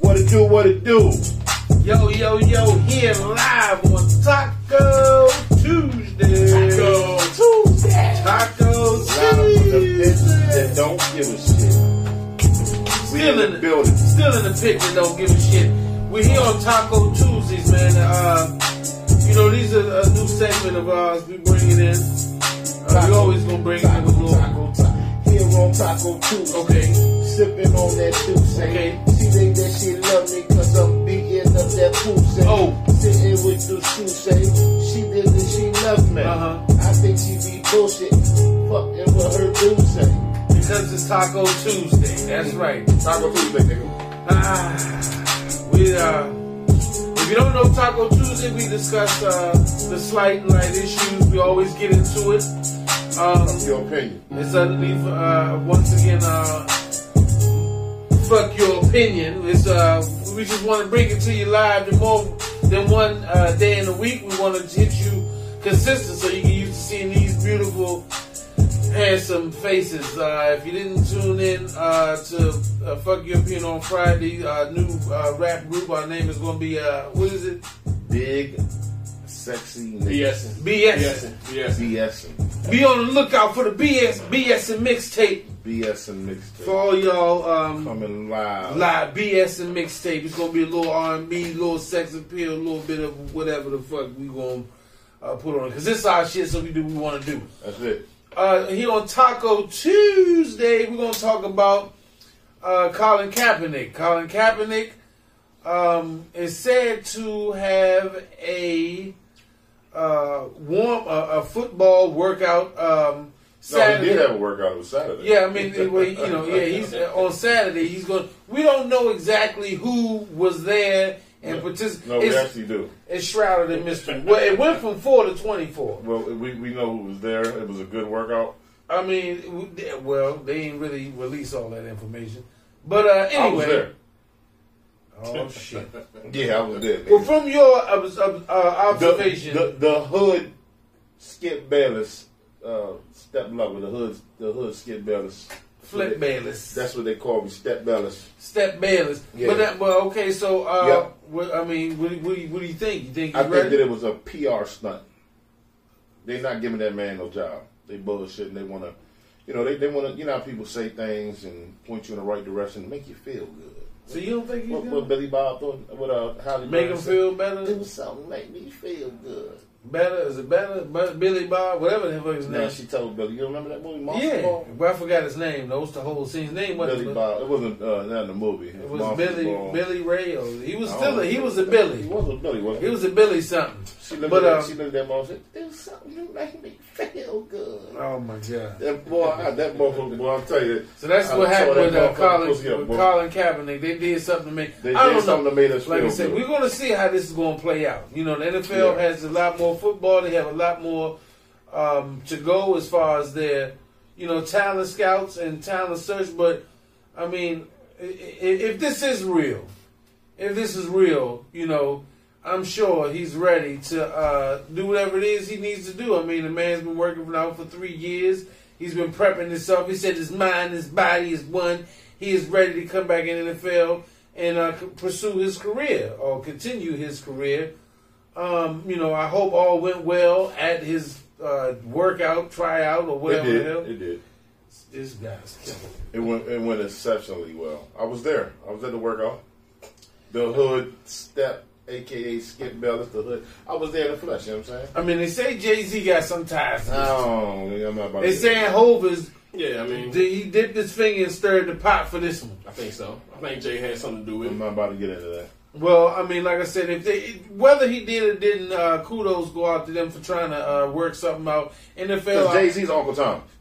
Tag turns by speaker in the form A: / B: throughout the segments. A: What it do, what it do?
B: Yo, yo, yo, here live on Taco Tuesday.
A: Taco
B: Tuesday. Taco
A: Shout out to the bitches
B: Tuesday.
A: that don't give a shit. We
B: Still
A: in
B: in
A: the
B: it.
A: building.
B: Still in the pit that don't give a shit. We're here on Taco Tuesdays, man. Uh, you know, these are a new segment of ours. We bring it in. Uh, we always gonna bring it in
A: Taco,
B: with a little.
A: taco, taco. Here on Taco Tuesday.
B: Okay.
A: Sipping on that juice.
B: Okay.
A: She think that she love me cause I'm beating up that pussy.
B: Oh.
A: Sitting with the shoes. eh? She think that she love me.
B: Uh-huh.
A: I think she be bullshit. Fucking with her juice. eh?
B: Because it's Taco Tuesday. That's right.
C: Taco Tuesday, nigga.
B: Ah, we uh, if you don't know Taco Tuesday, we discuss uh, the slight and light issues. We always get into it. Um,
C: Your opinion.
B: it's underneath uh, once again. Uh, fuck your opinion. It's uh, we just want to bring it to you live. And more than one uh, day in the week, we want to hit you consistent so you can used to seeing these beautiful handsome faces. Uh, if you didn't tune in uh, to uh, Fuck European on Friday, our new uh, rap group, our name is going to be, uh, what is it?
A: Big, sexy nigga.
C: BS.
B: BS.
C: BS. BS.
A: BSing.
B: Be on the lookout for the BS, BS and mixtape
A: BS and mixtape.
B: for all y'all um,
A: Coming live.
B: live BS and mixtape. It's going to be a little R&B, a little sex appeal, a little bit of whatever the fuck we going to uh, put on. Because this our shit, so we do what we want to do.
A: That's it.
B: uh, here on Taco Tuesday, we're gonna talk about uh, Colin Kaepernick. Colin Kaepernick um, is said to have a uh, warm a, a football workout um,
C: No, he
B: Saturday.
C: did have a workout on Saturday.
B: yeah, I mean, it- well, you know, yeah, he's on Saturday. He's going. to We don't know exactly who was there and participated.
C: No, we
B: it's,
C: actually do.
B: it's shrouded in mystery. Well, it went from four to twenty-four.
C: Well, we, we know who was there. It was a good workout.
B: I mean, w- they- well, they ain't really release all that information. But uh,
C: I was
B: anyway,
C: there.
B: oh shit.
A: Yeah, I was there. nigga.
B: Well, from your obs- ob- uh, observation,
A: The, the, the hood Skip Bayless uh, step lover. The hood the hood Skip Bayless.
B: Flip Bayless,
A: That's what they call me, Step Bayless.
B: Step Bayless.
A: Yeah.
B: But that, well, okay. So, uh,
A: Yep.
B: what, I mean, what, do- what, do you- what do you think? You think
A: I
B: you
A: think
B: ready?
A: that it was a PR stunt. They're not giving that man no job. They bullshit and they want to, you know, they, they want to, you know how people say things and point you in the right direction to make you feel good.
B: so you don't think you
A: What,
B: can
A: what Billy Bob thought, what uh, Holly
B: make him
A: Berry said,
B: feel better?
A: Do something, make me feel good.
B: Better is it better? But Billy Bob, whatever the hell his
A: Now
B: name.
A: she told Billy, you remember that movie, Monster
B: Yeah,
A: Ball?
B: but I forgot his name. That was the whole scene. His name wasn't.
A: Billy Bob. It wasn't uh, not in the movie.
B: It was
A: Monster
B: Billy
A: Ball.
B: Billy Ray. Or, he was
A: I
B: still.
A: don't
B: A, he
A: know.
B: was a Billy.
A: He was a Billy, wasn't
B: He
A: he?
B: was a Billy something.
A: She looked
B: But,
A: at that,
B: uh,
A: she looked at that mom and said, Do something to make me feel good.
B: Oh my god!
A: That boy, I, that motherfucker, boy, I'm telling you.
B: So that's
A: I
B: what
A: saw
B: happened
A: that
B: with uh,
A: motherfucker
B: Colin,
A: pussy up,
B: with
A: boy.
B: Colin Kaepernick. They did something to make.
A: They
B: I
A: did
B: don't know.
A: something that made us
B: Like I
A: feel
B: said,
A: good.
B: we're going to see how this is going to play out. You know, the NFL
A: Yeah.
B: has a lot more football. They have a lot more um, to go as far as their, you know, talent scouts and talent search. But I mean, i- i- if this is real, if this is real, you know, I'm sure he's ready to uh, do whatever it is he needs to do. I mean, the man's been working now for three years. He's been prepping himself. He said his mind, his body is one. He is ready to come back in the NFL and uh, c- pursue his career or continue his career. Um, you know, I hope all went well at his uh, workout, tryout, or
C: It
B: whatever the
C: did.
B: hell.
C: It did.
B: This guy's killing. me.
C: It went, it went exceptionally well. I was there. I was at the workout. The hood step, a.k.a. Skip Bellis, the hood. I was there in the flesh, you know what I'm saying?
B: I mean, they say Jay Z got some ties.
C: Oh, I'm not about
B: They
C: to-
B: saying Hov is
D: Yeah, I mean,
B: Did he dipped his finger and stirred the pot for this one?
D: I think so. I think Jay had something to do with
C: I'm
D: it.
C: not about to get into that.
B: Well, I mean, like I said, if they whether he did or didn't, uh, kudos go out to them for trying to uh, work something out. NFL,
C: Because Jay Z's Uncle Tom.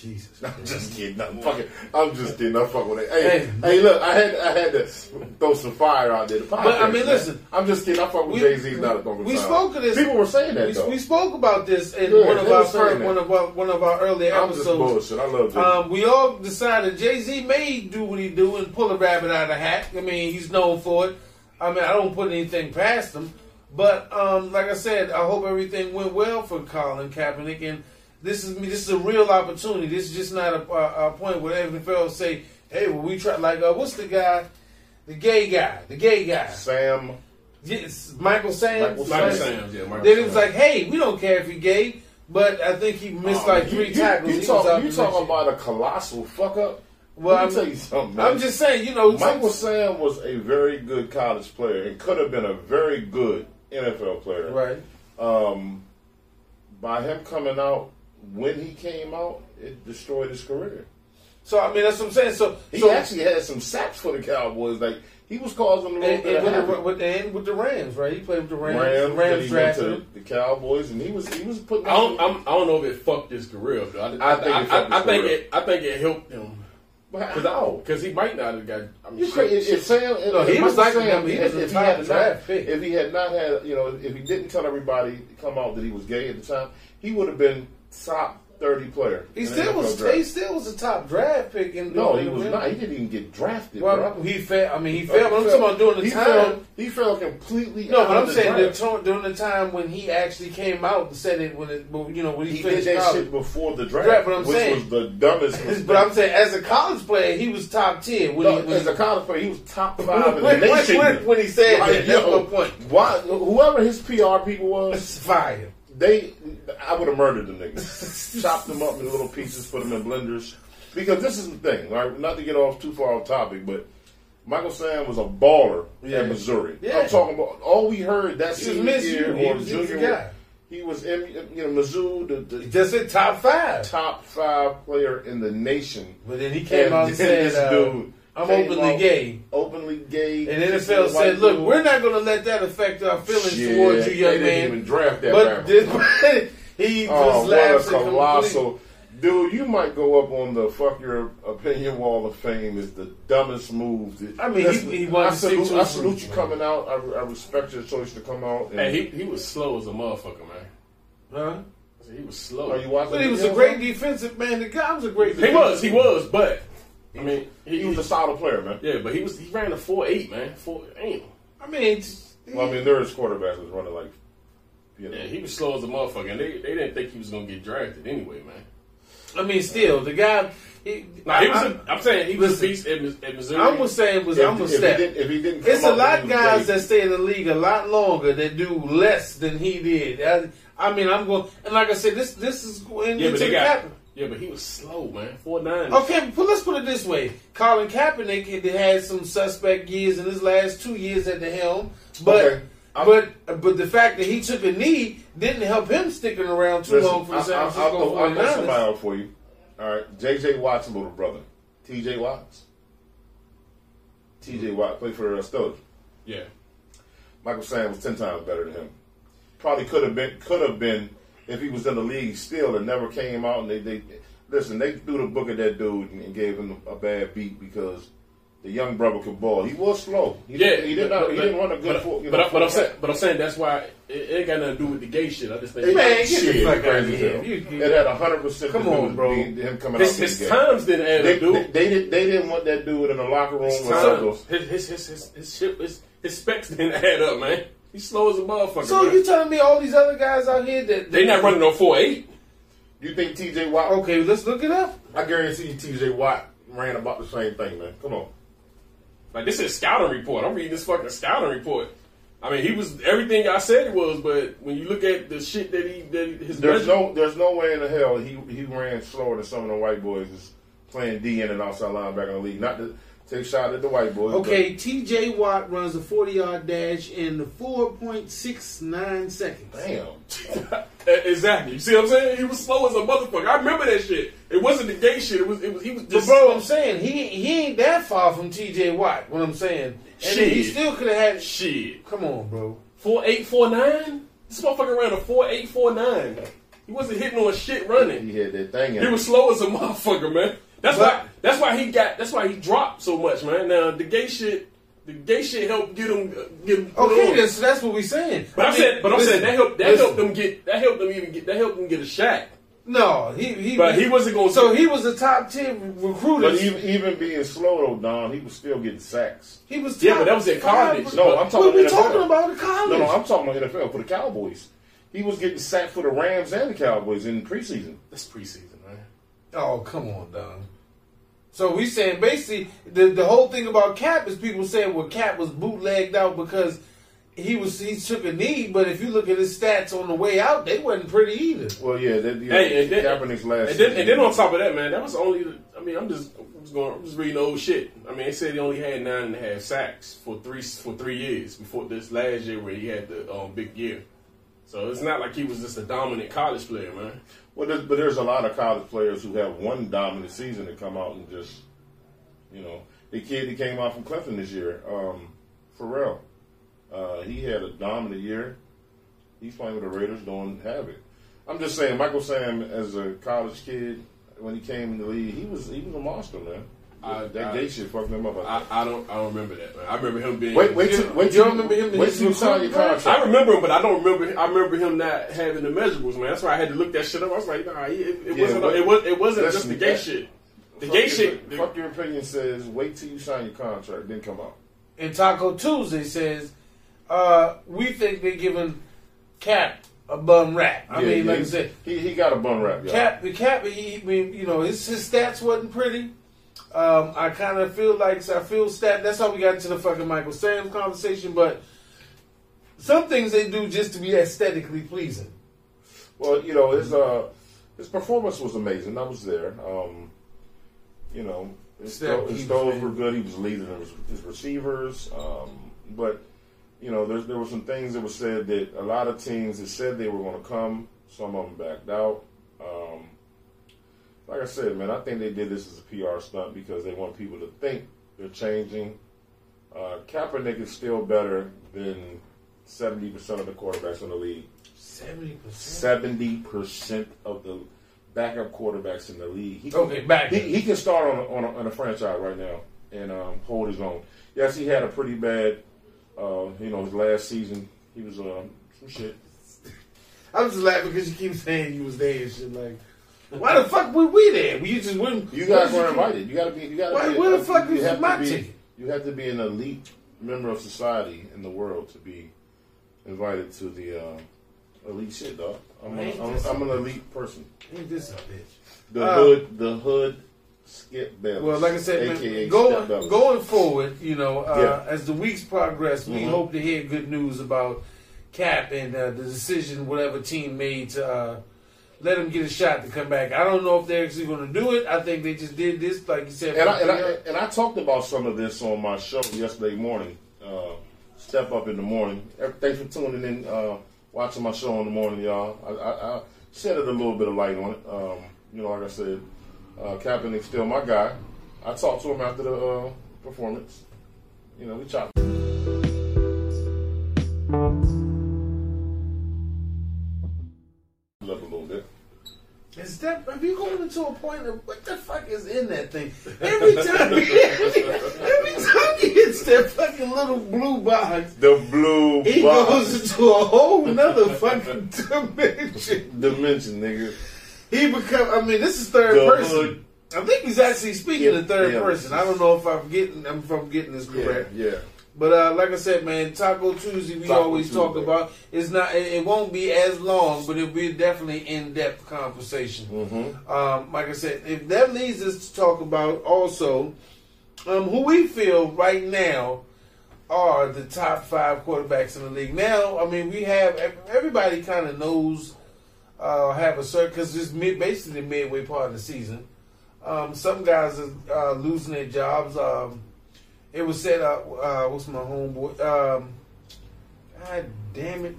B: Jesus,
C: I'm just kidding. I'm fucking. I'm just kidding. I'm fucking with it. Hey,
B: Hey.
C: hey, look, I had I had to throw some fire out there. The podcast,
B: But, I mean,
C: man.
B: listen.
C: I'm just kidding. I fuck with
B: We-
C: Jay Z's not a Uncle
B: we
C: Tom.
B: spoke of this.
C: People were saying that
B: we,
C: though.
B: we spoke about this in
C: Yeah,
B: one of
C: they
B: our
C: were saying
B: first,
C: that.
B: one of our one of our earlier
C: I'm just
B: episodes.
C: bullshit. I love Jay.
B: Um, we all decided Jay Z may do what he do and pull a rabbit out of the hat. I mean, he's known for it. I mean, I don't put anything past him. But um, like I said, I hope everything went well for Colin Kaepernick. And this is me. This is a real opportunity. This is just not a, a, a point where NFL say, "Hey, well, we try." Like, uh, what's the guy? The gay guy. The gay guy.
A: Sam.
B: Yes, Michael Sam.
A: Michael
D: Michael
A: Right.
D: Sam's, yeah, Michael
B: Then it was
D: Sam's.
B: like, hey, we don't care if he gay, but I think he missed like
A: Oh, You-
B: three
A: you,
B: tackles.
A: You,
B: He was out
A: talk, you
B: the
A: talking
B: next year.
A: about a colossal fuck up?
B: Well,
A: Let
B: I'm,
A: me tell you something, man.
B: I'm just saying, you know,
A: Michael Sam was a very good college player and could have been a very good NFL player.
B: right?
A: Um, by him coming out when he came out, it destroyed his career.
B: So I mean, that's what I'm saying. So
A: He
B: so,
A: actually had some sacks for the Cowboys. Like he was causing a little
B: and,
A: bit
B: and
A: of
B: with, the,
A: havoc.
B: with, the, and with the Rams, right? He played with the Rams.
A: Rams, then he went
B: drafted
A: to
B: him.
A: the Cowboys, and he was he was putting.
D: I don't, I'm, I don't know if it fucked his career up. Though. I,
A: I think it
D: I,
A: fucked
D: I, I
A: his
D: think
A: career.
D: it. I think it helped him
A: But how?
D: because he might not have got. I mean,
A: You crazy?
D: shit,
A: If, if Sam, if,
B: No, he
A: if
B: was
A: Michael
B: like-
A: Sam,
B: I mean, he
A: if,
B: was a
A: if he
B: top
A: had
B: draft
A: not,
B: pick.
A: if he had not had, you know, if he didn't tell everybody to come out that he was gay at the time, he would have been top thirty player.
B: He
A: in the
B: still
A: NFL
B: was.
A: draft.
B: He still was a top draft pick. In,
A: No,
B: in
A: he
B: the
A: was
B: league.
A: not. He didn't even get drafted.
B: Well,
A: bro. Uh,
B: he failed. I mean, he failed. But I'm talking about during the
A: he
B: time.
A: Fell, he fell completely.
B: No,
A: out
B: but
A: of
B: I'm
A: the
B: saying
A: draft.
B: that to- during the time when he actually came out and said it when it, when, you know, when he,
A: he did
B: finished
A: that
B: college.
A: shit before the draft,
B: Right, but I'm
A: which
B: saying-
A: was the dumbest. mistake.
B: But I'm saying, as a college player, he was top tier. When
A: No,
B: he, when
A: as
B: he-
A: a college player, he was top
B: when,
A: five in the
B: when-
A: nation.
B: when- when he said
A: Like,
B: that, that's
A: yo,
B: my point.
A: Why? Whoever his PR people was,
B: It's fire.
A: They, I would have murdered the niggas, chopped them up in little pieces, put them in blenders. Because this is the thing, right? Not to get off too far off topic, but Michael Sam was a baller
B: Yeah.
A: at Missouri.
B: Yeah.
A: I'm talking about all we heard that
B: He was
A: senior
B: Miss
A: year
B: U. He
A: or
B: was- he was
A: junior.
B: the guy.
A: He was, in, you know, Mizzou, the, the
B: Just in top five.
A: top five player in the nation.
B: But then he came
A: And
B: out
A: then
B: and said,
A: this
B: uh,
A: dude
B: "I'm
A: came
B: openly
A: out
B: gay."
A: Openly gay.
B: And
A: kissing the white
B: NFL said, "Look,
A: dude.
B: we're not going to let that affect our feelings
A: Shit,
B: towards you,
A: they
B: young
A: didn't
B: man."
A: Even draft that
B: But
A: round.
B: this, he
A: Oh,
B: just
A: what a
B: laughs and complete-
A: colossal. Dude, you might go up on the fuck your opinion wall of fame is the dumbest move. That,
B: I mean, he-
A: Listen,
B: he wanted
A: I
B: to
A: salute,
B: stick to
A: I
B: his
A: salute
B: roots,
A: you
B: man.
A: coming out. I, I respect your choice to come out. And,
D: hey, he, he was slow as a motherfucker, man.
B: Huh?
D: I said, He was slow.
A: are you watching?
B: But he
A: the
B: was a
A: video?
B: great defensive man. The guy was a great.
D: He was. He was. But I mean,
A: He was a solid player, man.
D: Yeah, but he was. He ran a four eight, man. Four. Damn.
B: I mean, he-
A: Well, I mean, there is quarterbacks that's running like, you know,
D: Yeah, he was slow as a motherfucker, and they, they didn't think he was gonna get drafted anyway, man.
B: I mean, still the guy. He,
D: Nah, he was.
B: I,
D: a, I'm saying he was
B: Listen,
D: a beast at, Mis- at Missouri.
B: I'm gonna say it was.
A: if,
B: I'm gonna
A: if, he
B: step.
A: didn't, if he didn't, come
B: It's a
A: out, he
B: lot of
A: was
B: guys
A: gay.
B: that stay in the league a lot longer that do less than he did. I, I mean, I'm going and like I said, this this is going
D: Yeah,
B: into
D: but they
B: the
D: got.
B: Kaepernick.
D: Yeah, but he was slow, man. Four nine.
B: Okay, but let's put it this way: Colin Kaepernick had- had some suspect years in his last two years at the helm, but
A: Okay. I'm-
B: but but the fact that he took a knee didn't help him sticking around too
A: Listen,
B: long for the
A: I, I,
B: San
A: I'll throw-
B: Francisco
A: I'll throw somebody
B: 49ers.
A: out for you. All right, J.J. Watt's little brother, T.J. Watts. T.J. Watt played for uh, Stokes.
D: Yeah.
A: Michael Sam was ten times better than him. Probably could have been could have been if he was in the league still and never came out and they, they listen, they threw the book at that dude and, and gave him a bad beat because the young brother could ball. He was slow. He
D: Yeah,
A: didn't, he, did not, he didn't run a good
D: But,
A: four, you know,
D: but, I- but I'm
A: full-
D: saying, but I'm saying that's why it, it ain't got nothing to do with the gay shit. I just think
B: Man, get the
A: Shit,
B: fuck outta
A: crazy as
B: here.
A: hell.
B: You- you-
A: It had hundred percent.
B: Come on, bro.
A: Him coming
D: his,
A: out being
D: his
A: gay.
D: times didn't add
A: They,
D: up,
A: they,
D: dude.
A: they, did, they didn't want that dude in the locker room.
D: His
A: with
D: times,
A: Uggos.
D: his his his his his, shit, his his specs didn't add up, man. He's slow as a motherfucker.
B: So
D: man.
B: you telling me all these other guys out here that
D: they not running no four eight.
A: You think T.J. Watt? oh,
B: Okay, let's look it up.
A: I guarantee you, T.J. Watt ran about the same thing, man. Come on.
D: Like this is scouting report. I'm reading this fucking scouting report. I mean, he was everything I said he was, but when you look at the shit that he that his
A: There's
D: resume-
A: no, there's no way in the hell he he ran slower than some of the white boys is playing D in and outside linebacker in the league. Not to take shot at the white boys.
B: Okay, T.J. Watt runs a 40 yard dash in 4.69 seconds.
A: but damn.
D: E- exactly. You see what I'm saying? He was slow as a motherfucker. I remember that shit. It wasn't the gay shit. It was it was he was
B: But
D: just
B: bro, I'm saying he he ain't that far from T.J. Watt. What I'm saying, and he
D: Shit.
B: still could have had.
D: shit.
B: Come on, bro.
D: Four eight four nine. This motherfucker ran a four eight four nine. He wasn't hitting on shit running.
A: He had that thing. In
D: He
A: him.
D: was slow as a motherfucker, man. That's
B: But-
D: why that's why he got that's why he dropped so much, man. Now the gay shit. The gay shit helped get him uh, get him. put
B: Okay,
D: on.
B: that's, that's what we saying.
D: But I'm
B: I mean,
D: saying, but I'm
B: listen,
D: saying that helped that
B: listen.
D: helped them get that helped them even get that helped them get a shot.
B: No, he he.
D: But he wasn't going.
B: so he was a top ten recruiter.
A: but
B: He,
A: even, even being slow though, Don, he was still getting sacks.
B: was. Top
D: Yeah, but that was at
B: five.
D: college.
A: No, I'm talking
B: What we
A: NFL.
B: talking about in college?
A: No, no, I'm talking about NFL for the Cowboys. He was getting sacked for the Rams and the Cowboys in preseason.
D: That's preseason, man.
B: oh, come on, Don. So we saying basically the the whole thing about Cap is people saying well Cap was bootlegged out because he was he took a knee, but if you look at his stats on the way out, they wasn't pretty either.
A: Well, yeah, that, yeah
D: Hey, and then,
A: Kaepernick's last.
D: and, then,
A: season.
D: and then on top of that, man, that was only. I mean, I'm just I'm just going. I'm just reading old shit. I mean, they said he only had nine and a half sacks for three for three years before this last year where he had the um, big year. So it's not like he was just a dominant college player, man.
A: Well, there's, but there's a lot of college players who have one dominant season and come out and just, you know, the kid that came out from Clemson this year, um, Pharrell, uh, he had a dominant year. He's playing with the Raiders, doing havoc. I'm just saying, Michael Sam, as a college kid, when he came in the league, he was he was a monster, man.
D: I-
A: that
D: I-
A: gay shit fucked him up. I
D: I, I don't I don't remember that, man. I remember him being.
A: Wait, wait, till, wait, till,
B: y'all remember him that
A: Wait
B: he's
A: till you sign your
B: recruiting, right?
A: contract.
D: I remember him, but I don't remember. I remember him not having the measurables, man. That's why I had to look that shit up. I was like, nah, it, it
A: Yeah,
D: wasn't.
A: well,
D: it was. It wasn't just
A: listen,
D: the gay
A: that-
D: shit. The
A: Fuck
D: gay
A: your-
D: shit.
A: Fuck your opinion says wait till you sign your contract, then come out.
B: And Taco Tuesday says, uh, we think they're giving Cap a bum rap. I
A: Yeah,
B: mean,
A: yeah,
B: like I
A: he-
B: said,
A: he he got a bum rap, y'all.
B: Cap, the Cap, he, I mean, you know, his, his stats wasn't pretty. Um, I kind of feel like I feel stat. That's how we got into the fucking Michael Sam conversation. But some things they do just to be aesthetically pleasing.
A: Well, you know, his uh, his performance was amazing. I was there. Um, you know, his,
B: Step
A: throw, his
B: keeps
A: throws
B: in.
A: were good. He was leading his, his receivers. Um, but you know, there's, there were some things that were said that a lot of teams that said they were going to come. Some of them backed out. Um, like I said, man, I think they did this as a PR stunt because they want people to think they're changing. Uh, Kaepernick is still better than seventy percent of the quarterbacks in the league
B: Seventy percent.
A: seventy percent of the backup quarterbacks in the league. He,
B: Okay, back.
A: he, he can start on a, on, a, on a franchise right now and um, hold his own. Yes, he had a pretty bad, uh, you know, his last season. He was um, some shit.
B: I'm just laughing because you keep saying you was there and shit. Like, why the fuck were we there? We just wouldn't.
A: You guys were invited. You got to be. You got to.
B: Why-
A: be,
B: where the fuck
A: you
B: is
A: have to
B: my
A: be-
B: ticket?
A: You have to be an elite member of society in the world to be invited to the uh, elite shit, dog. I'm,
B: Right.
A: a, I'm, I'm an elite person.
B: Ain't this a bitch?
A: The
B: Uh,
A: hood. The hood. Skip Bellis.
B: Well, like I said, man,
A: AKA Skip
B: going
A: Bayless.
B: going forward, you know, uh,
A: Yeah.
B: as the weeks progress, we
A: Mhm.
B: hope to hear good news about Cap and uh, the decision whatever team made to uh, let him get a shot to come back. I don't know if they're actually going to do it. I think they just did this, like you said.
A: And I,
B: for
A: and, I,
B: PR.
A: and I talked about some of this on my show yesterday morning. Uh, Step up in the morning. Ev- Thanks for tuning in, uh, watching my show in the morning, y'all. I, I, I shed a little bit of light on it. Um, you know, like I said, uh, Kaepernick's still my guy. I talked to him after the uh, performance. You know, we chopped. it Up a little bit.
B: Is that if you going into a point of what the fuck is in that thing? Every time, every, time he hits that fucking little blue box,
A: The blue
B: he
A: box
B: goes into a whole nother fucking dimension.
A: dimension, nigga.
B: He become. I mean, this is third
A: The
B: person.
A: hood.
B: I think he's actually speaking
A: Yeah,
B: in third
A: yeah.
B: person. I don't know if I'm getting I'm- if I'm getting this
A: Yeah,
B: correct.
A: yeah.
B: But uh, like I said, man, Taco Tuesday we
A: Taco
B: always talk
A: Tuesday.
B: about. It's not. It, it won't be as long, but it'll be definitely in depth conversation.
A: Mm-hmm.
B: Um, like I said, if that leads us to talk about also um, who we feel right now are the top five quarterbacks in the league. Now, I mean, we have everybody kind of knows uh, have a certain because it's mid, basically the midway part of the season. Um, some guys are uh, losing their jobs. Um, it was said, uh, uh, what's my homeboy? Um, God damn it.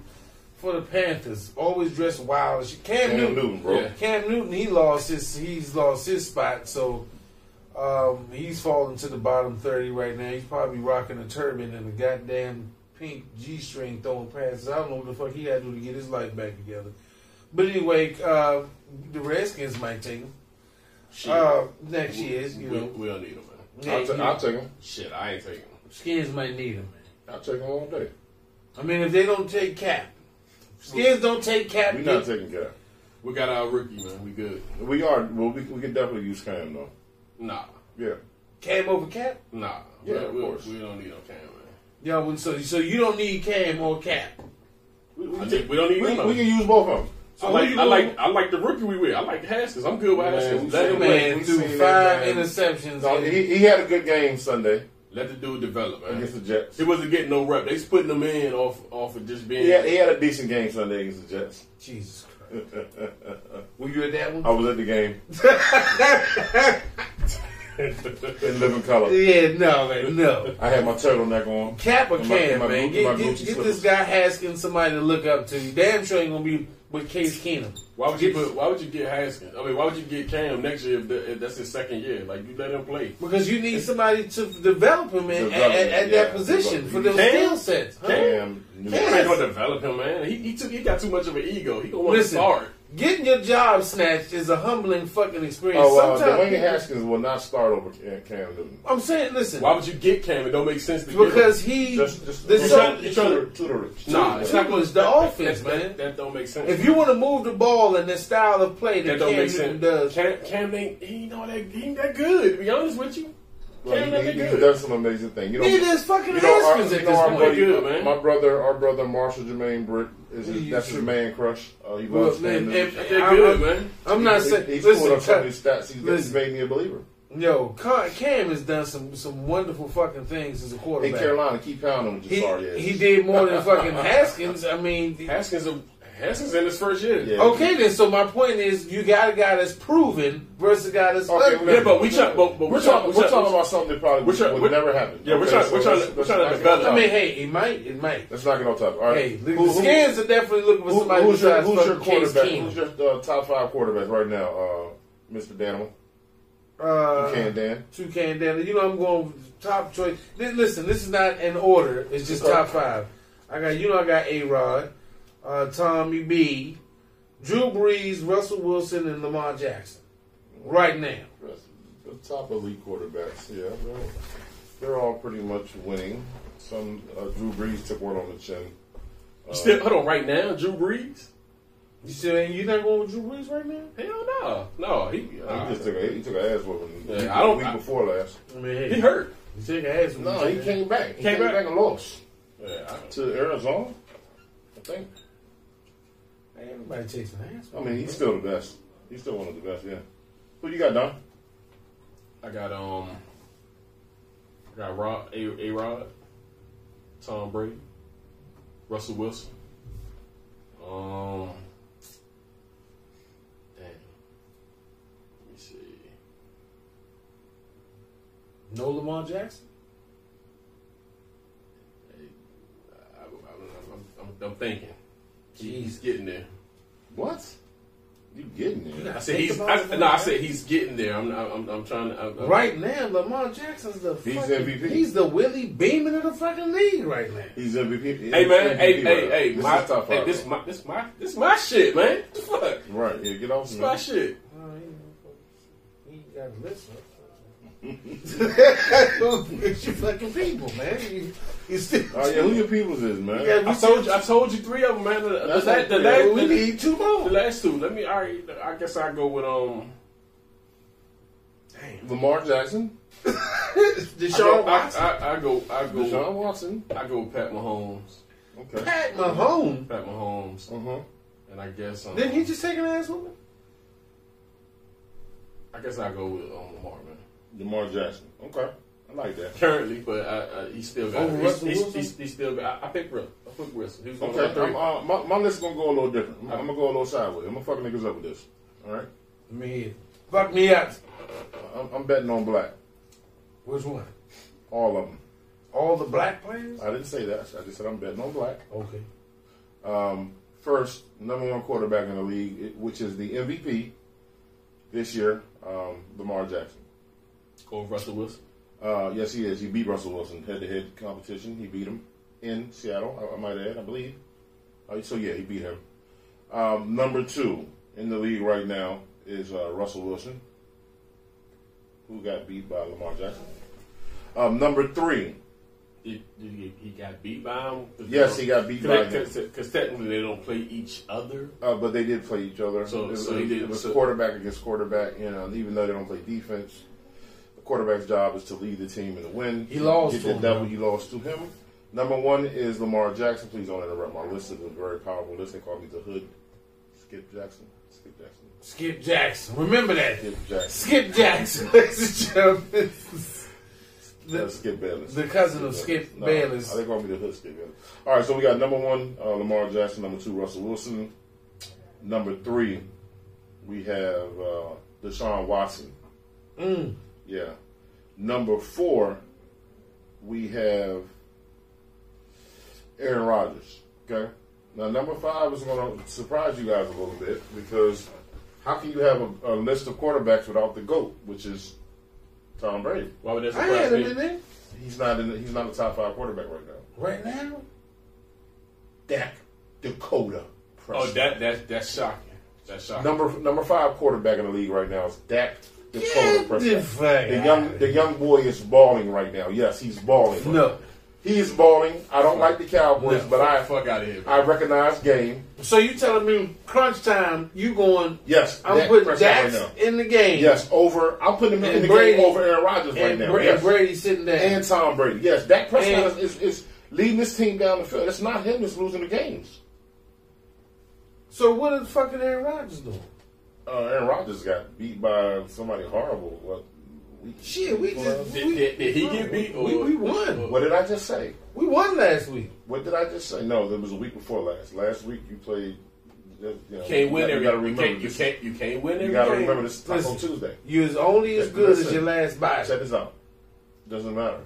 B: For the Panthers, always dressed wild. as shit. Cam,
A: Cam
B: Newton,
A: Newton, bro.
D: Yeah.
B: Cam Newton, he lost his he's lost his spot, so um, he's falling to the bottom thirty right now. He's probably rocking a turban and a goddamn pink G string throwing passes. I don't know what the fuck he got to do to get his life back together. But anyway, uh, the Redskins might take him
D: Shit.
B: uh, next year.
D: we,
B: You
D: we,
B: know,
D: we don't need him, man.
A: I'll,
B: next
A: ta-
B: year.
A: I'll take him.
D: Shit, I ain't taking him.
B: Skins might need him.
A: I'll take him all day.
B: I mean, if they don't take Cap, Skins don't take Cap.
A: We're not
B: they-
A: taking care.
D: We got our rookie, man. We good.
A: We are. Well, we, we can definitely use Cam though.
D: Nah,
A: Yeah.
B: Cam over Cap.
D: nah.
A: Yeah,
D: we,
A: of
D: we,
A: course.
D: we don't need no Cam, man.
B: Yeah, well, so so you don't need Cam or Cap.
A: We, we,
D: I
A: can
D: think
A: take-
D: we don't need
A: we-
D: none of
A: we
D: them.
A: can use both of them.
B: So
D: I
B: who
D: like
B: you
D: I
B: going-
D: like I like the rookie we with. I like Haskins. I'm good with
A: Man,
D: Haskins.
A: we
D: Let
A: seen
D: him
A: that.
D: win.
B: man
A: we
B: threw
A: seen
B: five
A: that, man.
B: interceptions.
A: No,
B: in-
A: he, he had a good game Sunday
D: Let the dude develop, man.
A: against the Jets.
D: He wasn't getting no rep. They was putting him in off off of just being.
A: He had, he had a decent game Sunday against the Jets.
B: Jesus Christ. Were you at that one?
A: I was at the game in living color.
B: Yeah, no, man, no.
A: I had my turtleneck on.
B: Cap or
A: And my-
B: can,
A: and my
B: man.
A: Gucci-
B: Get,
A: my
B: get,
A: Gucci
B: get this
A: slippers.
B: guy Haskins somebody to look up to. You damn sure ain't gonna be with Case Keenum.
D: Why would you put? Why would you get Haskins? I mean, why would you get Cam next year if, that, if that's his second year? Like you let him play.
B: Because you need somebody to develop him in,
A: Develop
B: at, at,
A: him,
B: at that
A: yeah.
B: position for those
D: Cam?
B: skill sets. Huh?
A: Damn, New
D: You
B: Yes.
D: ain't gonna develop him, man. He, he took. He got too much of an ego. He gonna want to
B: Listen,
D: start.
B: getting your job snatched is a humbling fucking experience.
A: Oh, uh,
B: Sometimes
A: Dwayne
B: people-
A: Haskins will not start over Cam Cam Newton.
B: I'm saying, listen,
D: Why would you get Cam? It don't make sense to get him.
B: because he
A: Just, just
B: the,
A: you're
B: so-
A: trying, you're trying to tutorage.
D: nah, it's not gonna
B: it's the
D: that-
B: offense,
D: that- that-
B: man.
D: That don't make sense.
B: if you want to move the ball in the style of play that,
D: that don't
B: Cam
D: make
B: Newton
D: sense.
B: does,
D: Cam, Cam ain't he ain't all that he ain't that good. To be honest with you,
A: Well,
D: Cam
A: he,
D: ain't that
A: he, he's
D: good.
A: done some amazing things. You know,
B: neither is fucking
A: you know, our,
B: Haskins at
A: you
B: this
A: know, our
B: point.
A: buddy,
D: Good, man.
A: my brother, our brother Marshall Jermaine Britt is his,
B: He-
A: that's his man crush. Uh, he
B: Well,
A: loves Cam
B: man,
A: Newton.
B: if-
D: That
B: I- I-
D: good, man.
B: I'm not
A: He-
B: saying.
A: he's pulling
B: listen,
A: up some of
B: Cam-
A: his stats. He's, he's
B: listen.
A: made me a believer.
B: yo, Ca- Cam has done some some wonderful fucking things as a
A: Hey,
B: quarterback.
A: Carolina, keep pounding with your
B: he,
A: sorry ass.
B: he did more than fucking Haskins. I mean,
D: Haskins, a, Haskins in his first year. Oh,
A: Yeah.
B: okay then. So my point is, you got a guy that's proven versus a guy that's
A: Okay,
B: unproven.
A: we're
D: Yeah, but we try, but, but
A: We're talking. We're
D: try-
A: talking about something that probably
D: we're try-
A: would
D: we're-
A: never happen.
D: yeah, we're trying- we're trying to-
A: let's-
D: we're
A: let's
D: trying to
A: knock it
D: develop.
A: off.
B: I mean, hey, it might, it might.
A: Let's knock it off top. All right.
B: Hey, the,
A: Who-
B: the
A: who-
B: Skins are definitely looking for
A: who-
B: somebody
A: who's your,
B: besides
A: who's your
B: fucking Case
A: quarterback?
B: Keenum.
A: Who's your uh, top five quarterback right now, uh, Mr. Danimal?
B: Uh,
A: You can, Dan.
B: Toucan Danny. You know I'm going with top choice. Then, listen, this is not an order. It's just top five. I got you know I got A Rod, uh, Tommy B, Drew Brees, Russell Wilson, and Lamar Jackson. Right now,
A: The top elite quarterbacks. Yeah, they're, they're all pretty much winning. Some uh, Drew Brees took one on the chin.
D: You still, hold on, right now, Drew Brees?
B: you still ain't you not going with Drew Brees right now?
D: Hell no, no, he uh,
A: He just took a he took an ass whooping.
D: Yeah,
A: the
D: I don't-
A: week
D: I-
A: before last.
B: I mean, hey,
D: he hurt.
B: You take an ass.
A: No, he came back. He
D: Came
A: came,
D: back?
A: back. and lost
D: Yeah,
A: to Arizona. I think.
B: Everybody takes an ass.
A: I mean, he's still the best. He's still one of the best. Yeah. Who you got, Don?
D: I, I got um, I got Rod, a, a Rod, Tom Brady, Russell Wilson. Um, damn, let me see.
B: No Lamar Jackson.
D: I, I, I, I'm, I'm, I'm thinking. He- He's
B: Jesus.
D: getting there.
A: What? You getting
B: You
A: there?
B: gotta
D: I said
B: think
D: he's.
B: about
D: I,
B: it.
D: no, I said he's getting there. I'm. I'm. I'm trying to. I'm, I'm-
B: Right now, Lamar Jackson's the
A: He's
B: fucking,
A: MVP.
B: He's the Willie Beeman of the fucking league right now.
A: He's MVP. He's
D: Hey man.
A: MVP
D: Hey.
A: right
D: Hey.
A: now.
D: Hey.
A: This
D: My,
A: is top
D: hey
A: five.
D: this. My. This. My. This. My shit, man. What the fuck.
A: right. Yeah. Get off
D: This
A: me.
D: my shit.
B: Oh, he- he got a list it's your fucking people, man. You, you still.
A: Oh yeah. Who your peoples is, man?
B: Yeah,
D: I told you. I told you three of them, man. The, the,
A: That's
D: la-
A: not-
D: the,
A: yeah,
D: la-
B: we
D: the-
B: need two
D: the
B: more.
D: last two. Let me. All right. I guess I go with um.
A: Lamar Jackson,
D: I go,
B: Deshaun
D: I,
B: Watson,
D: I, I go. I go.
A: Deshaun Watson.
D: I go with Pat Mahomes.
A: Okay.
B: Pat Mahomes.
D: Pat Mahomes.
A: Uh huh.
D: And I guess. Um,
B: Didn't he just take an ass whooping?
D: I guess I go with um, Lamar, man.
A: Lamar Jackson. Okay. I like that.
D: Currently, but I, I, he still
A: Oh,
D: got.
B: Over
D: He's,
B: Russell
D: he's,
B: Wilson?
D: he's, he's still got. I, I picked Russell. I picked Russell. He was one of my
A: Okay.
D: three.
A: I'm, uh, my my list gonna go a little different. I'm, I'm gonna go a little sideways. I'm gonna fuck niggas up with this. All right.
B: Let me hear. it. Fuck me up.
A: I'm, I'm betting on black.
B: Which one?
A: All of them.
B: All the black players?
A: I didn't say that. I just said I'm betting on black.
B: Okay.
A: Um, first, number one quarterback in the league, it- which is the MVP this year, um, Lamar Jackson.
D: Go with Russell Wilson.
A: Uh, yes, he is. He beat Russell Wilson head to head competition. He beat him in Seattle, I, I might add, I believe. Uh, so, yeah, he beat him. Um, number two in the league right now is uh, Russell Wilson, who got beat by Lamar Jackson. Um, number three,
D: He, he, he got beat by him.
A: yes, he got beat by him.
D: Because technically they don't play each other.
A: Uh, but they did play each other.
D: So-
A: it, was-
D: so he did-
A: It was
D: so-
A: quarterback against quarterback, you know. and even though they don't play defense, the quarterback's job is to lead the team in the win.
B: He lost
A: Get
B: to
A: the
B: him,
A: devil.
B: man.
A: He lost to him. Number one is Lamar Jackson. Please don't interrupt my list. This is a very powerful list. They call me the Hood Skip Jackson. Skip Jackson.
B: Skip Jackson. Remember that.
A: Skip Jackson.
B: Skip Jackson, ladies and gentlemen.
A: That's
B: The,
A: Uh, Skip Bayless.
B: the cousin of Skip
A: No,
B: Bayless.
A: I think going to be the hood Skip Bayless. All right, so we got number one, uh, Lamar Jackson. Number two, Russell Wilson. Number three, we have uh, Deshaun Watson.
B: Mm.
A: Yeah. Number four, we have Aaron Rodgers. Okay. Now, number five is going to surprise you guys a little bit because how can you have a, a list of quarterbacks without the GOAT, which is Tom Brady?
D: Why would that
B: I had
D: surprise
B: him in
D: me?
B: there.
A: He's not in. He's not a top five quarterback right now.
B: Right now?
A: Dak, Dakota.
D: Oh,
A: Prescott.
D: that that that's shocking. That's shocking.
A: number number five quarterback in the league right now is Dak, Dakota.
B: Get the
A: Prescott.
B: fuck
A: The
B: out
A: young
B: of
A: the young boy is balling right now. Yes, he's balling.
B: here. No.
A: he's balling. I don't like the Cowboys,
D: No,
A: but
D: fuck,
A: I
D: fuck out of here.
A: I recognize game.
B: So you telling me crunch time, you going,
A: Yes,
B: I'm
A: Dak
B: putting
A: Prescott
B: Dax in the game.
A: Yes, over. I'm putting him in
B: And
A: the
B: Brady.
A: game over Aaron Rodgers right
B: And,
A: now.
B: Bra-
A: yes.
B: Brady sitting there.
A: and Tom Brady. Yes, Dak Prescott
B: And-
A: is, is, is leading this team down the field. It's not him that's losing the games.
B: so what is fucking Aaron Rodgers doing?
A: Uh, Aaron Rodgers got beat by somebody horrible. What, we,
B: Shit, we just.
D: Did-
B: we-
D: did- did he get beat
B: We,
D: or-
B: we won.
A: What did I just say?
B: We won last week.
A: What did I just say? No, there was a week before last. Last week you played. You know,
D: Can't win
A: You
D: every.
A: gotta
D: You
A: remember
D: can't. You
A: this.
D: can't. You can't win every.
A: You gotta
D: game.
A: remember this Taco
B: Listen.
A: Tuesday.
B: You're as only as good as
A: Listen.
B: your last
A: Check
B: body.
A: this out. Doesn't matter.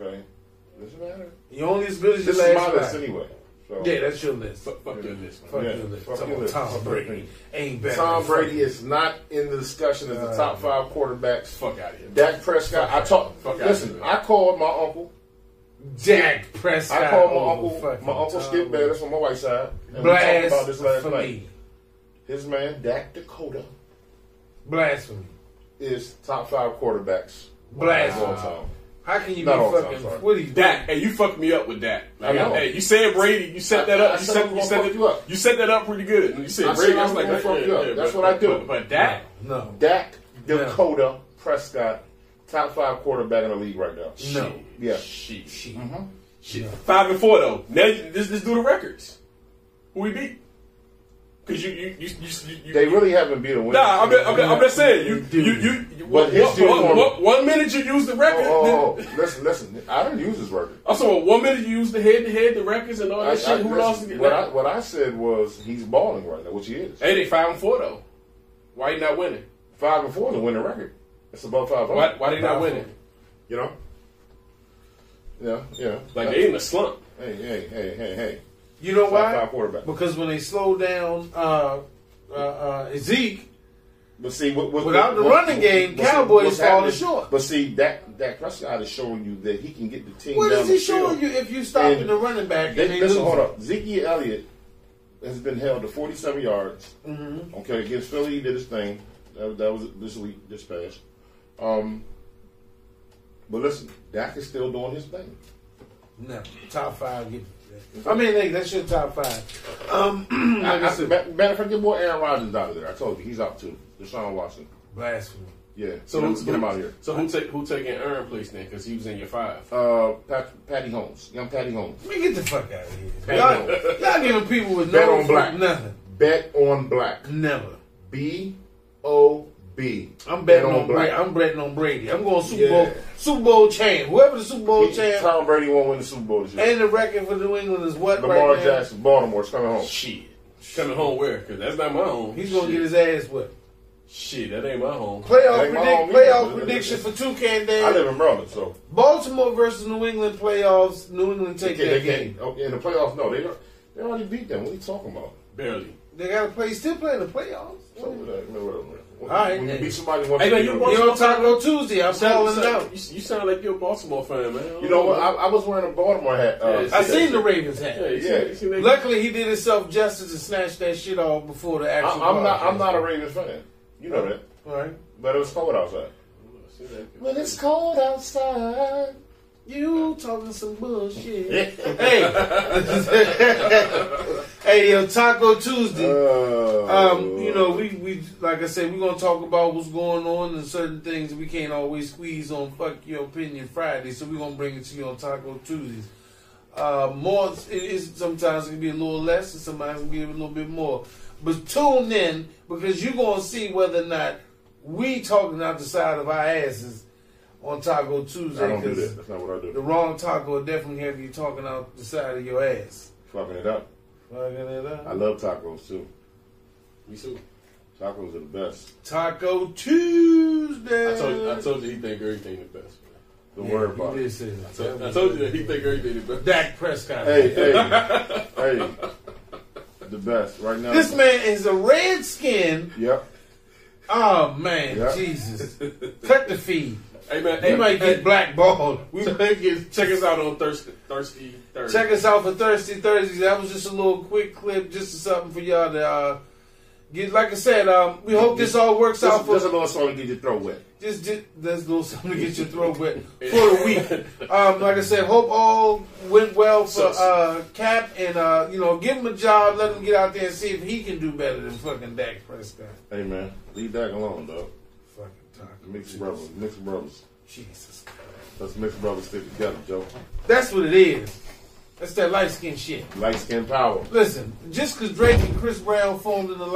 A: Okay. Doesn't matter.
B: You're only as good as your
A: This is my
B: last
A: list
B: body.
A: anyway. So.
B: Yeah, that's your list.
D: Fuck, fuck your list. Man.
B: Fuck
A: Yeah,
B: your list.
A: fuck
B: Talk
A: your
B: about
A: list.
B: Tom Brady ain't better.
A: Tom
B: than
A: Brady is not in the discussion as the top five quarterbacks.
D: Fuck out of here.
A: Dak Prescott. I talk.
D: Fuck out of
A: Listen,
D: here.
A: I called my uncle.
B: Dak Prescott.
A: I called my
B: over
A: uncle.
B: fucking
A: My uncle
B: Tom
A: Skip Bayless on my white side. And we talked about this last night.
B: Blasphemy.
A: His man Dak Dakota
B: Blasphemy.
A: is top five quarterbacks. of all
B: Blasphemy.
A: time.
B: How can you
A: Not all
B: be
A: the time,
B: fucking
A: sorry.
B: what are you
D: Dak, hey, you fucked me up with that.
A: I know.
D: Hey, you said Brady, you set
A: I-
D: that
A: I
D: up. You
A: said
D: set,
A: I'm
D: you
A: gonna
D: set
A: fuck
D: it,
A: you up.
D: You set that I pretty good. And you said
A: I
D: Brady,
A: said
D: I was
A: I'm
D: like,
A: gonna
D: that-
A: fuck
D: yeah,
A: you up.
D: yeah,
A: That's
D: but-
A: what I do.
D: But, but Dak,
B: No.
A: Dak Dakota Prescott, top five quarterback in the league right now.
B: No.
D: Shit.
A: Yeah. Mm-hmm.
D: Shit.
B: Shit.
D: Shit. Five and four though. Now you, let's, let's do the records. Who we beat? Because you you you you. you, you
A: They really haven't beat a winner.
D: Nah, I'm just, I'm, just, I'm just saying. You,
B: Dude.
D: you, you, you
A: But his
D: one,
A: uniform-
D: one- one- one minute you use the record.
A: Oh, oh,
D: then-
A: oh, listen, listen. I didn't use his record.
D: Also, one minute you use the head to head, the records, and all Oh, that
A: I,
D: shit.
A: I-
D: Who
A: listen,
D: else is
A: what I what I said was he's balling right now, which he is.
D: Hey, they five and four though. Why you not winning?
A: Five and four is a winning record. It's above five hundred.
D: Why, why they not winning?
A: You know. Yeah, yeah.
D: Like they in a slump.
A: hey, hey, hey, hey, hey.
B: You know
A: Top
B: why?
A: five quarterback.
B: Because when they slow down uh uh, uh, Zeke,
A: But see, what, what,
B: Without the
A: what-
B: running game,
A: see,
B: Cowboys
A: what's
B: falling
A: happening-
B: short.
A: But see, Dak Dak Prescott is showing you that he can get the team.
B: what
A: down
B: is he
A: the field.
B: showing you if you stopping
A: And
B: the running back?
A: They,
B: and they
A: listen,
B: lose?
A: hold up. Zeke Elliott has been held to 47 yards.
B: Mm-hmm.
A: Okay, against Philly, he did his thing. That, that was this week, this past. Um, but listen, Dak is still doing his thing.
B: No, top five. Get, I mean, like, that's your top five. Um,
A: I,
B: like I
A: I,
B: said,
A: ma- matter of fact, get more Aaron Rodgers out of there. I told you, he's out too. Deshaun Watson.
B: blasphemy.
A: Yeah, so
D: So
A: get him,
D: who's
A: get him out of here.
D: So who take who taking Aaron place then? Because he was in your five.
A: Uh, Pat, Patty Holmes, young Patty Holmes.
B: Man, get the fuck out of here.
A: Bet
B: Y'all,
A: on-
B: y'all giving people with
A: Bet
B: no
A: on black.
B: nothing.
A: Bet on black.
B: Never.
A: B O B.
B: I'm betting on, Brady. I'm betting on Brady. I'm going Super Bowl
A: Yeah.
B: Super Bowl champ. Whoever the Super Bowl
A: He-
B: champ
A: Tom Brady won't win the Super Bowl this year.
B: and the record for New England is what
A: Lamar
B: right now?
A: Jackson, Baltimore's coming home.
D: Shit. Coming home where? Because that's not my home.
B: He's gonna
D: Shit.
B: get his ass whipped.
D: Shit, that ain't my home.
B: Playoff
A: Ain't my
B: predict,
A: home
B: playoff
A: either.
B: prediction for Toucan
A: I
B: Day.
A: live in Maryland, so
B: Baltimore versus New England playoffs. New England
A: they
B: take
A: can't.
B: that
A: They
B: game.
A: can't oh, in the playoffs, no, they don't- they already beat them. What are you talking about?
D: Barely.
B: They gotta play. Still playing the playoffs.
A: So,
B: You
A: whatever, man, whatever, man. When-
B: right,
A: when you
B: hey.
A: beat somebody once.
D: Hey, man, you
A: you,
D: want-
A: know,
B: know, Taco Tuesday. I'm calling it out.
D: You, you sound like you're a Baltimore fan, man.
A: you know what? I, I was wearing a Baltimore hat. Uh,
D: Yeah,
B: I
D: see
B: seen
D: that
B: the Ravens hat.
D: Yeah, you see-
A: Yeah.
D: you see they-
B: Luckily, he did himself justice and snatched that shit off before the
A: I,
B: actual.
A: I'm not. I'm
B: broadcast.
A: not a Ravens fan. You know that.
B: All right.
A: But it was cold outside.
D: See that?
A: When it's cold outside.
B: You talking some bullshit. hey. hey, yo, Taco Tuesday.
A: Uh, Oh.
B: Um, you know, we, we like I said, we're gonna talk about what's going on and certain things we can't always squeeze on fuck your opinion Friday, so we're gonna bring it to you on Taco Tuesdays. Uh more it is sometimes it can be a little less and sometimes it can be a little bit more. But tune in because you're gonna see whether or not we talking out the side of our asses on Taco Tuesday.
A: I don't do
B: 'cause
A: that. That's not what I
B: The
A: do.
B: wrong taco will definitely have you talking out the side of your ass.
A: Fucking it up.
B: Fucking it up.
A: I love tacos too.
D: Me too.
A: Tacos are the best.
B: Taco Tuesday.
D: I told, I told you he think everything the best.
A: The
B: Yeah,
A: word
B: he
A: about
B: did
A: it.
B: say that.
D: man. I told you that he think everything the best.
B: Dak Prescott.
A: Hey, hey, hey. The best right now.
B: This man is a redskin.
A: Yep.
B: Oh man,
A: Yeah.
B: Jesus! Cut the feed.
D: Hey man,
B: They
D: hey,
B: might
D: hey,
B: get blackballed.
D: We might get- check us out on Thirsty Thirsty Thursday.
B: Check us out for Thirsty Thursdays. That was just a little quick clip, just something for y'all to uh, get. Like I said, um, we hope this all works
A: That's,
B: out for
A: that's a little song to get your throat wet.
B: just, just that's a little something to get your throat wet for the week. Um, like I said, hope all went well for
D: So-
B: uh, Cap, and uh, you know, give him a job, let him get out there and see if he can do better than fucking Dak Prescott.
A: Hey man, leave that alone, dog.
B: Fucking talking.
A: Mixed brothers, mixed brothers.
B: Jesus.
A: Let's mixed brothers stick together, Joe.
B: That's what it is. That's that light skin shit.
A: Light skin power.
B: Listen, just because Drake and Chris Brown formed an alliance.